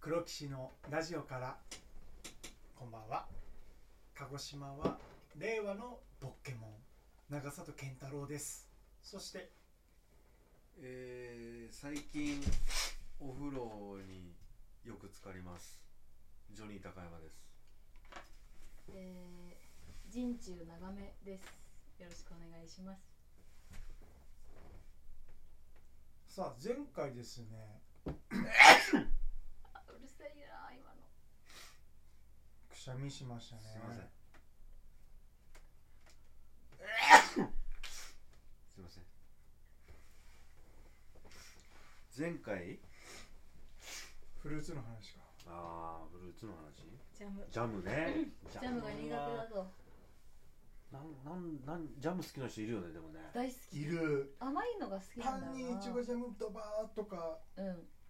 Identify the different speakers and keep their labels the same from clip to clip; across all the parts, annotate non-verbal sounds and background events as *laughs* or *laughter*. Speaker 1: 黒騎士のラジオからこんばんは鹿児島は令和のポッケモン長里健太郎ですそして
Speaker 2: えー、最近お風呂によく浸かりますジョニー高山です
Speaker 3: えー、人中長めです。よろしくお願いします。
Speaker 1: さあ前回ですね
Speaker 3: あうるさいな今の。
Speaker 1: くしゃみしましたね
Speaker 2: すいませんすいません前回
Speaker 1: フルーツの話か
Speaker 2: ああフルーツの話
Speaker 3: ジャム。
Speaker 2: ジャムねジ
Speaker 3: *laughs* ジャムが苦手だと。
Speaker 2: なんなんなんジャム好きな人いるよねでもね
Speaker 3: 大好き。
Speaker 1: いる
Speaker 3: 甘いのが好きな
Speaker 1: パ
Speaker 3: んだ
Speaker 1: ン
Speaker 3: ろうな。
Speaker 1: にいちごジャムドバーとか
Speaker 3: う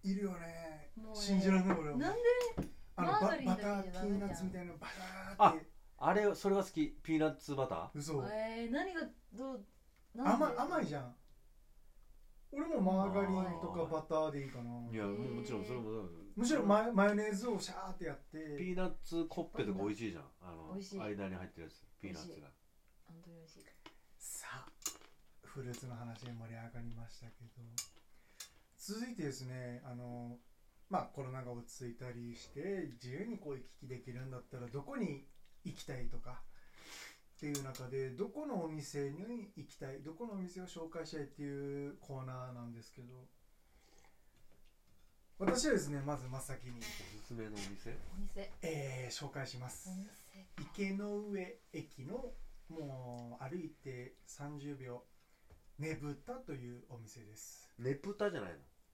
Speaker 1: いるよね
Speaker 3: ん。もう、ね。
Speaker 1: 信じられない俺は
Speaker 3: なんで
Speaker 1: あの
Speaker 3: マ
Speaker 1: バ
Speaker 3: ーガリン
Speaker 1: バ
Speaker 3: だ
Speaker 1: タ
Speaker 3: けじゃ
Speaker 1: ーピ
Speaker 3: ダメじゃん
Speaker 1: ーナッツみたいなのバラーって
Speaker 2: あれそれは好きピーナッツバター
Speaker 1: 嘘
Speaker 3: えー、何がどうなんで
Speaker 1: 甘い甘いじゃん俺もマーガリンとかバターでいいかない
Speaker 2: やもうもちろんそれも
Speaker 1: むしろマヨマヨネーズをシャーってやって
Speaker 2: ピーナッツコッペとか美味しいじゃんあの
Speaker 3: 美味しい
Speaker 2: 間に入ってるやつピーナッツが
Speaker 3: 本当に美味しい。
Speaker 1: さあフルーツの話で盛り上がりましたけど続いてですねあのまあコロナが落ち着いたりして自由にこう行き来できるんだったらどこに行きたいとかっていう中でどこのお店に行きたいどこのお店を紹介したいっていうコーナーなんですけど私はですねまず真っ先に、
Speaker 2: おすすめのお店
Speaker 3: お店。
Speaker 1: えー紹介します
Speaker 3: お店。
Speaker 1: 池の上駅のもう歩いて30秒ねぶたというお店です
Speaker 2: ねぷたじゃない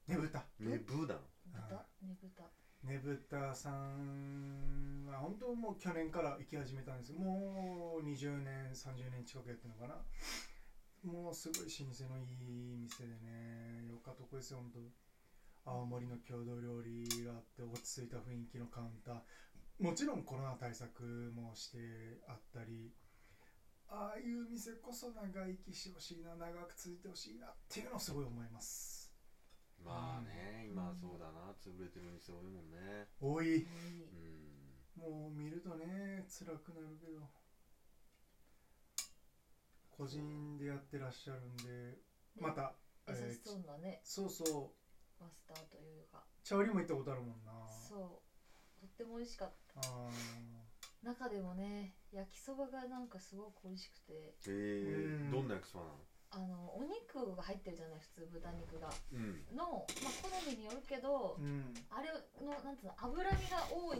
Speaker 1: ねぶた
Speaker 2: のねぶだの
Speaker 3: 豚ねぶた。
Speaker 1: ねぶたさんは本当もう去年から行き始めたんですもう20年30年近くやってるのかなもうすごい老舗のいい店でねよかとこですよ本当青森の郷土料理があって落ち着いた雰囲気のカウンターもちろんコロナ対策もしてあったりああいう店こそ長生きしてほしいな長く続いてほしいなっていうのをすごい思います
Speaker 2: まあね今そうだな潰れてる店多いもんね
Speaker 1: 多い
Speaker 2: うん
Speaker 1: もう見るとね辛くなるけど個人でやってらっしゃるんでまた、
Speaker 3: 優
Speaker 1: え
Speaker 3: し
Speaker 1: ー
Speaker 3: そうなね、
Speaker 1: そうそう
Speaker 3: マスターというか。
Speaker 1: 茶売りも行ったことあるもんな
Speaker 3: そう。とっても美味しかった。
Speaker 1: あー
Speaker 3: 中でもね、焼きそばがなんかすごく美味しくて。
Speaker 2: えー
Speaker 1: うん
Speaker 2: どんな焼きそばなの
Speaker 3: あのお肉が入ってるじゃない普通豚肉が
Speaker 2: うん
Speaker 3: の、まあ、好みによるけど、
Speaker 1: うん
Speaker 3: あれのなんつうの脂身が多い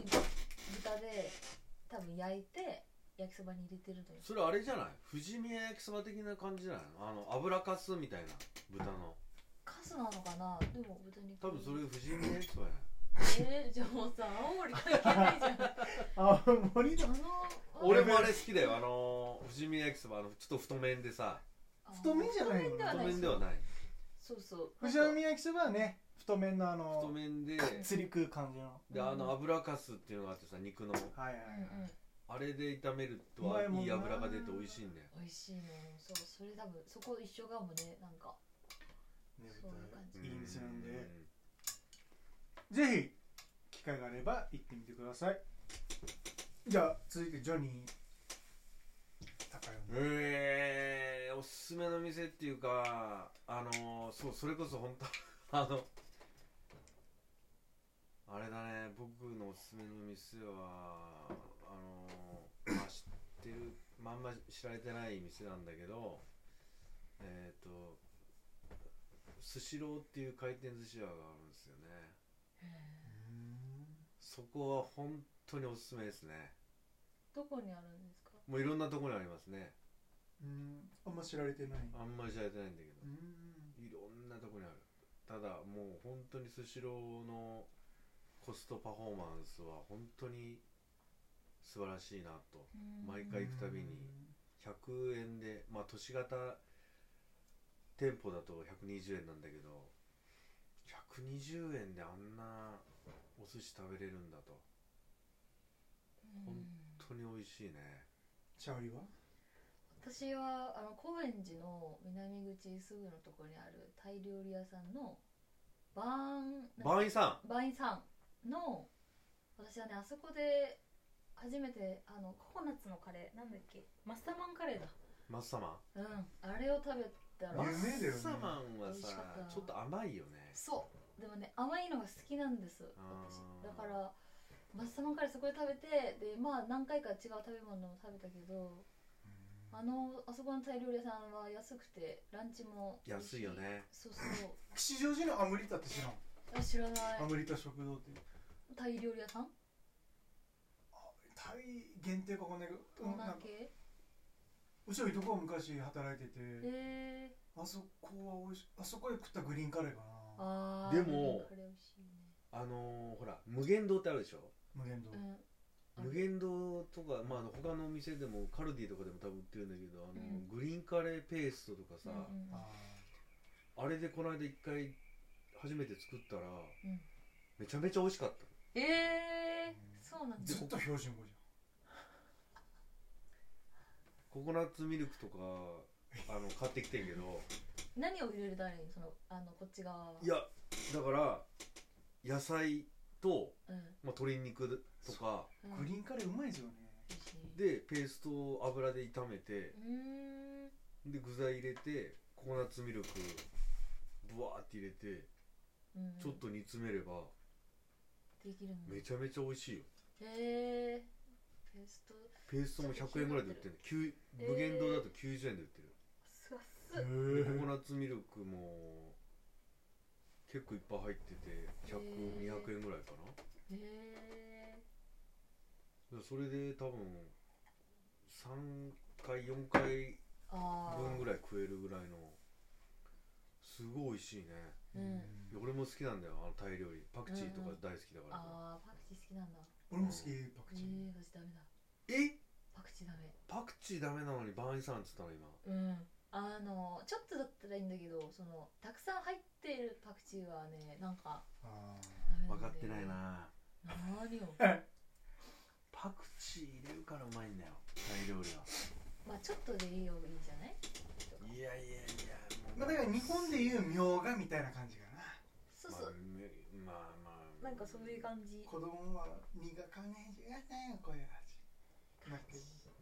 Speaker 3: 豚で多分焼いて焼きそばに入れてるのよ
Speaker 2: それあれじゃない富士宮焼きそば的な感じじゃないのあの油かすみたいな豚の
Speaker 3: カスなのかなでも豚肉
Speaker 2: 多分それ富士宮焼きそばや
Speaker 3: えー、じゃあもうさ青森関係ないじゃん
Speaker 1: あ森
Speaker 3: あ *laughs*
Speaker 1: の
Speaker 3: の
Speaker 2: 俺もあれ好きだよあの富士宮焼きそばあのちょっと太麺でさ
Speaker 3: あ
Speaker 1: 太麺じゃないの
Speaker 3: 太麺では
Speaker 2: 太
Speaker 3: ない
Speaker 2: 麺ではない
Speaker 3: そうそう
Speaker 1: 富士宮焼きそばはね太麺のあ
Speaker 2: 太
Speaker 1: の
Speaker 2: 麺で
Speaker 1: 釣り食う感じの
Speaker 2: であの油かすっていうのがあってさ肉の
Speaker 1: はいはい
Speaker 3: うん
Speaker 1: はい、
Speaker 3: うん
Speaker 2: あれで炒めると
Speaker 1: うまいもんない
Speaker 2: い油が出て美味しいんだよ
Speaker 3: 美味しいのよそうそれ多分そこ一緒かもねなんか
Speaker 1: ね
Speaker 3: そういう感
Speaker 1: いい店なんで
Speaker 2: うん
Speaker 1: ぜひ機会があれば行ってみてくださいじゃあ続いてジョニー高山
Speaker 2: えー、おすすめの店っていうかあのー、そうそれこそ本当 *laughs* あのあれだね僕のおすすめの店はあのー、まあ知ってるまああんま知られてない店なんだけどえっ、ー、とスシローっていう回転寿司屋があるんですよねそこは本当におすすめですね
Speaker 3: どこにあるんですか
Speaker 2: もういろんなところにありますね
Speaker 1: うんあんま知られてない
Speaker 2: あんまり知られてないんだけど
Speaker 1: うん
Speaker 2: いろんなとこにあるただもう本当にスシローのコストパフォーマンスは本当に素晴らしいなと毎回行くたびに100円でまあ都市型店舗だと120円なんだけど120円であんなお寿司食べれるんだと
Speaker 3: う
Speaker 2: ほん
Speaker 3: ん
Speaker 2: 本当に美味しいね
Speaker 1: チャオリは
Speaker 3: 私はあの高円寺の南口すぐのところにあるタイ料理屋さんのバーン
Speaker 2: バーインさん
Speaker 3: バーンさんの私はねあそこで初めてあのココナッツのカレーなんだっけマッサマンカレーだ
Speaker 2: マッサマ
Speaker 3: うんあれを食べた
Speaker 2: ン
Speaker 1: 有
Speaker 3: ら
Speaker 1: 名だよね
Speaker 2: マッサマンは
Speaker 3: 美味しかっ
Speaker 2: さ
Speaker 3: た
Speaker 2: ちょっと甘いよね
Speaker 3: そうでもね甘いのが好きなんです
Speaker 2: あ
Speaker 3: 私
Speaker 2: ー
Speaker 3: だからマッサマンカレーそこで食べてでまあ何回か違う食べ物も食べたけどあのあそこのタイ料理屋さんは安くてランチも美味し
Speaker 2: 安いよね
Speaker 3: そうそう
Speaker 1: 吉祥寺のアムリタって知らん
Speaker 3: あ知らない
Speaker 1: アムリタ食堂って
Speaker 3: タイ料理屋さん
Speaker 1: タイ限定かわかんないけど
Speaker 3: 東
Speaker 1: うんなん
Speaker 3: 南
Speaker 1: か
Speaker 3: 系
Speaker 1: うちのいとこが昔働いてて
Speaker 3: えー、
Speaker 1: あそこは美味しあそこで食ったグリーンカレーか
Speaker 3: あ
Speaker 1: な
Speaker 3: ー
Speaker 2: でも
Speaker 3: カレー美味しいね
Speaker 2: あのーほら無限堂ってあるでしょ
Speaker 1: 無限堂、
Speaker 3: うんある
Speaker 2: 無限堂とか、まあ、あの他のお店でもカルディとかでも多分売ってるんだけどあの、
Speaker 3: うん
Speaker 2: グリーンカレーペーストとかさ、
Speaker 3: うんうん
Speaker 1: あ
Speaker 2: あれでこの間一回初めて作ったら、
Speaker 3: ん
Speaker 2: めちゃめちゃ美味しかった
Speaker 3: ええー、そうなん
Speaker 1: ー
Speaker 3: だ
Speaker 1: ずっと標準語じ
Speaker 2: ココナッツミルクとかあ
Speaker 3: *laughs*
Speaker 2: の買ってきてんけど
Speaker 3: 何を入れるためにそのあのこっち側はい
Speaker 2: やだから野菜と、
Speaker 3: うん
Speaker 2: まあ、鶏肉とか
Speaker 1: ゃ
Speaker 3: うんん
Speaker 1: グリーンカレーうまいですよね
Speaker 3: 美味しい
Speaker 2: でペーストを油で炒めて
Speaker 3: うーん
Speaker 2: で具材入れてココナッツミルクブワーって入れて
Speaker 3: うん
Speaker 2: ちょっと煮詰めれば
Speaker 3: できるんだ
Speaker 2: めちゃめちゃ美味しいよ
Speaker 3: へえペースト
Speaker 2: ペーストも100円ぐらいで売ってる九無限堂だと90円で売ってる、
Speaker 3: すわす
Speaker 1: へ
Speaker 2: でコ
Speaker 1: ー
Speaker 2: コナッツミルクも結構いっぱい入ってて
Speaker 3: へー
Speaker 2: 100200円ぐらいかな
Speaker 3: へえ
Speaker 2: でそれで多分3回4回
Speaker 3: あ
Speaker 2: 分ぐら
Speaker 3: あ
Speaker 2: い食えるぐらいのすごい美味しいね
Speaker 3: うん
Speaker 2: いや俺も好きなんだよあのタイ料理パクチーとか大好きだから、
Speaker 3: あーパクチー好きなんだ
Speaker 1: 俺も好きパク
Speaker 3: え
Speaker 1: チー、
Speaker 3: ー、私ダメだ
Speaker 2: え
Speaker 3: パクチーダメ
Speaker 2: パクチーダメなのにバーニーさんっつったの今
Speaker 3: うんあのちょっとだったらいいんだけどそのたくさん入ってるパクチーはねなんか
Speaker 1: あー
Speaker 3: ダメ
Speaker 2: 分
Speaker 3: んだ
Speaker 2: か
Speaker 3: よ
Speaker 2: ってないな
Speaker 3: 何を
Speaker 2: パクチー入れるからうまいんだよタイ料理は
Speaker 3: まあちょっとでいいよいいじゃない
Speaker 2: いやいやいや
Speaker 1: まあ、だから日本でいうみょうがみたいな感じかな
Speaker 3: そうそう、
Speaker 2: まあまあ
Speaker 3: なんかそういう感じ
Speaker 1: 子供は苦かねえじゃないよこういう味なんか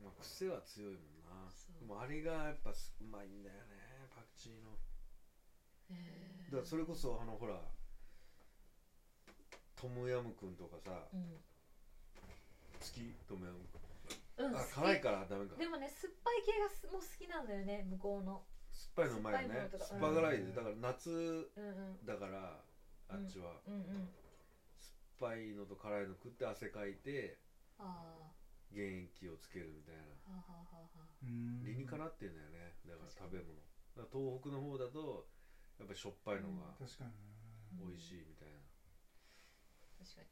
Speaker 2: まあ癖は強いもんな
Speaker 3: そう
Speaker 2: でもあれがやっぱすうまいんだよねパクチーの
Speaker 3: へ
Speaker 2: だからそれこそあのほらトムヤムクンとかさ
Speaker 3: うん、
Speaker 2: 好きトムヤムク
Speaker 3: うん、
Speaker 2: ンあ
Speaker 3: 好
Speaker 2: 辛
Speaker 3: き
Speaker 2: いからダメか
Speaker 3: でもね酸っぱい系がすもう好きなんだよね向こうの
Speaker 2: 酸っぱいのうまいよね酸
Speaker 3: 酸
Speaker 2: っ
Speaker 3: っぱ
Speaker 2: ぱ
Speaker 3: いものとか
Speaker 2: 辛いでだから夏
Speaker 3: うんうん
Speaker 2: だからあっちは
Speaker 3: うんうん
Speaker 2: 酸っぱいのと辛いの食って汗かいて
Speaker 3: あーは
Speaker 2: 原液をつけるみたいな
Speaker 3: あはあはあはあ
Speaker 1: うん
Speaker 2: 理にかなってんだよねだから食べ物だから東北の方だとやっぱりしょっぱいのが
Speaker 1: 確かに
Speaker 2: 美
Speaker 1: な
Speaker 2: 味しいみたいな、
Speaker 3: 確か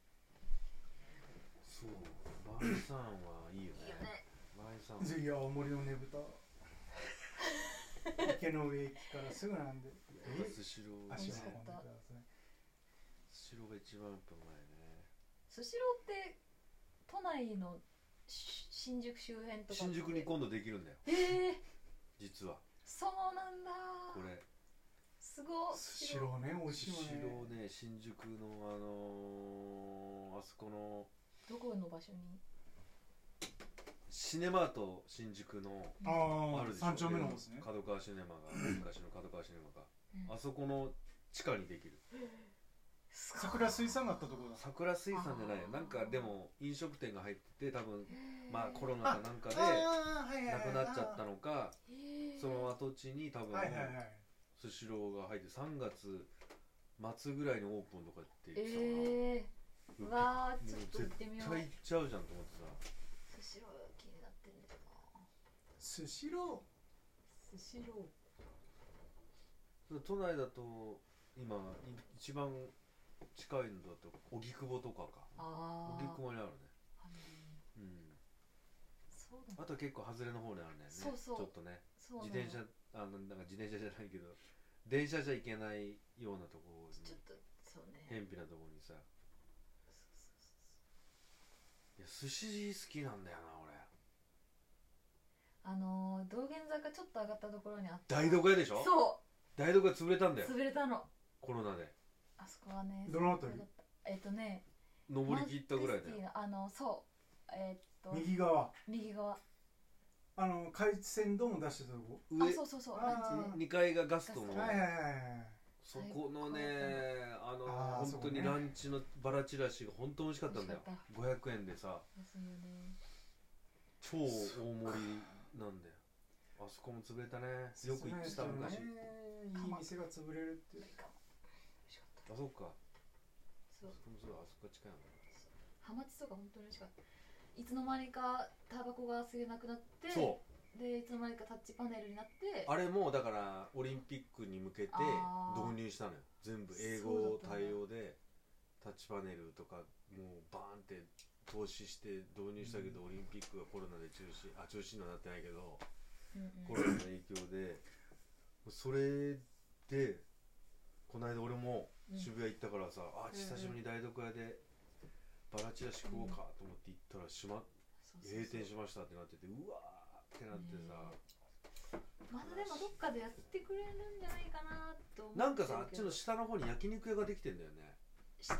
Speaker 2: そうバーイさんはいいよね
Speaker 3: にいいよね
Speaker 2: バーイさん
Speaker 1: 次は青森のねぶ *laughs* た池の上駅からすぐなんで
Speaker 2: スシロー
Speaker 1: 足
Speaker 3: 美味
Speaker 1: を
Speaker 3: しかっ
Speaker 1: 運んで
Speaker 3: た
Speaker 1: ください
Speaker 2: スシローが一番やっぱうまいね
Speaker 3: スシローって都内のし新宿周辺とか
Speaker 2: 新宿に今度できるんだよ
Speaker 3: ええー、
Speaker 2: 実は
Speaker 3: そうなんだ
Speaker 2: これ
Speaker 3: すごい
Speaker 1: スシローね美味しい
Speaker 2: ス
Speaker 1: よね
Speaker 2: シローね新宿のあのー、あそこの
Speaker 3: どこの場所に
Speaker 2: シネマート新宿の
Speaker 1: あ
Speaker 2: ある
Speaker 1: あ
Speaker 2: でしょ
Speaker 1: 三丁目のですね
Speaker 2: 角川シネマが昔の角川シネマ
Speaker 3: うん
Speaker 2: があそこの地下にできる
Speaker 3: すごい
Speaker 1: 桜水産があったところだ
Speaker 2: 桜水産じゃない
Speaker 3: あー
Speaker 2: なんかでも飲食店が入ってて多分
Speaker 3: へー
Speaker 2: まあコロナかなんかで
Speaker 1: あーはい
Speaker 2: なくなっちゃったのか
Speaker 3: へー
Speaker 2: その跡地に多分
Speaker 1: はいはいはい
Speaker 2: スシローが入って3月末ぐらいにオープンとかって言ってたか
Speaker 3: ええー、
Speaker 2: なも
Speaker 3: わあ
Speaker 2: う
Speaker 3: ちょっと行っ
Speaker 2: 絶
Speaker 3: てみよう
Speaker 2: 対行っちゃうじゃんと思ってさ
Speaker 3: スシロー気になってんだよな
Speaker 1: スシロ
Speaker 3: スシロー
Speaker 2: 都内だと今い一番近いのだと荻窪とかか
Speaker 3: ああ
Speaker 2: 荻窪にあるね
Speaker 3: あの
Speaker 2: うん
Speaker 3: そうなんだ
Speaker 2: あとは結構外れの方にあるんだよね
Speaker 3: そうそう
Speaker 2: ちょっとね
Speaker 3: そうな
Speaker 2: 自
Speaker 3: の
Speaker 2: 転車あのなんか自転車じゃないけど電車じゃ行けないようなとこに
Speaker 3: ちょっとそうね
Speaker 2: 偏僻なとこにさいや寿司好きなんだよな俺
Speaker 3: あのー、道玄坂ちょっと上がったところにあった
Speaker 2: 台所屋でしょ
Speaker 3: そ
Speaker 2: 台所屋潰れたん
Speaker 3: う
Speaker 2: だよ
Speaker 3: 潰れたの
Speaker 2: コロナで
Speaker 3: あそこはね
Speaker 1: ーどのあたり
Speaker 3: えっとね
Speaker 2: 登り切ったぐらいだ
Speaker 3: マックスティー
Speaker 2: よ
Speaker 3: のあのそうえーっと
Speaker 1: 右側
Speaker 3: 右側
Speaker 1: あの海鮮丼も出してたとこ
Speaker 3: あ
Speaker 2: 上
Speaker 3: そうそうそう
Speaker 1: あー
Speaker 3: ランチ
Speaker 2: 2階がガストの
Speaker 3: うん
Speaker 1: はいはいはいはい
Speaker 2: そこのねあの本
Speaker 1: あー
Speaker 2: 当に
Speaker 1: そこね
Speaker 2: ランチのバラチラシが本当美味しかったんだよ
Speaker 3: 美味
Speaker 2: 500円でさ
Speaker 3: ですよね
Speaker 2: 超大盛りなんだよあそこも潰れたねよく行ってた
Speaker 1: その人の
Speaker 2: 昔
Speaker 1: ねいい店が潰れるって
Speaker 3: いいかも美味しかった
Speaker 2: あそっかあ
Speaker 3: すごい
Speaker 2: そこもそうだあそこが近いのか
Speaker 3: ハマチとか本当に美味しかったいつの間にかタバコが吸えなくなって
Speaker 2: なそう
Speaker 3: でいつの間にかタッチパネルになって
Speaker 2: うあれもだからオリンピックに向けて
Speaker 3: あー
Speaker 2: 導入したのよ全部英
Speaker 3: そ
Speaker 2: 語
Speaker 3: うだったね
Speaker 2: 対応でタッチパネルとかもうバーンって投資して導入したけど、オリンピックがコロナで中止あ中止にはなってないけど、
Speaker 3: うんうん
Speaker 2: コロナの影響でそれでこの間俺も
Speaker 3: うん
Speaker 2: 渋谷行ったからさ、あ
Speaker 3: うん
Speaker 2: 久しぶりに台所屋でバラチラシ食おうかと思って行ったら閉まっ
Speaker 3: そうそうそう
Speaker 2: 閉店しましたってなっててうわーってなってさ、
Speaker 3: まだでもどっかでやってくれるんじゃないかなと思ってるけど
Speaker 2: なんかさあっちの下の方に焼肉屋ができてんだよね
Speaker 3: 下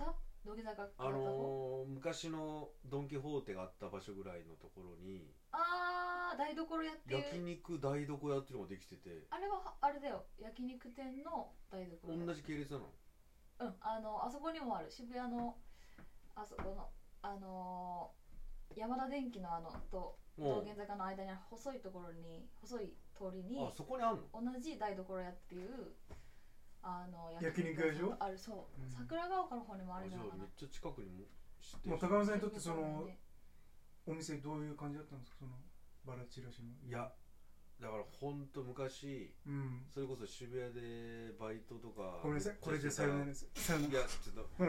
Speaker 3: 土下座が
Speaker 2: あのー、昔のドン・キホーテがあった場所ぐらいのところに
Speaker 3: あー台所やって
Speaker 2: 焼
Speaker 3: いう
Speaker 2: 肉台所屋っていうのができてて
Speaker 3: あれはあれだよ焼肉店の台所だよ
Speaker 2: 同じ系列なの
Speaker 3: うんあのあそこにもある渋谷のあそこのあのー、山田電機のあのと道
Speaker 2: も
Speaker 3: 玄坂の間にある細いところに細い通り
Speaker 2: う
Speaker 3: に
Speaker 2: あそこにあんの
Speaker 3: 同じ台所屋っていうあの
Speaker 1: 焼肉屋でしょ
Speaker 3: あるそう、
Speaker 1: うん
Speaker 3: 桜ヶ丘の方にもあ
Speaker 2: あ
Speaker 3: るん
Speaker 2: じ
Speaker 3: じ
Speaker 2: ゃ
Speaker 3: ゃ
Speaker 2: あ
Speaker 3: な
Speaker 2: め
Speaker 3: いかな
Speaker 2: っちゃ近くにも知ってる
Speaker 1: まあ
Speaker 2: 人
Speaker 1: 高山さんにとってそ
Speaker 3: 焼肉屋
Speaker 1: の
Speaker 3: だね
Speaker 1: お店どういう感じだったんですかそのバラチラシの
Speaker 2: いやだからほんと昔
Speaker 1: うん
Speaker 2: それこそ渋谷でバイトとか
Speaker 1: ごめんなさいこれでさよならですさよな
Speaker 2: い
Speaker 1: ら
Speaker 2: やちょっと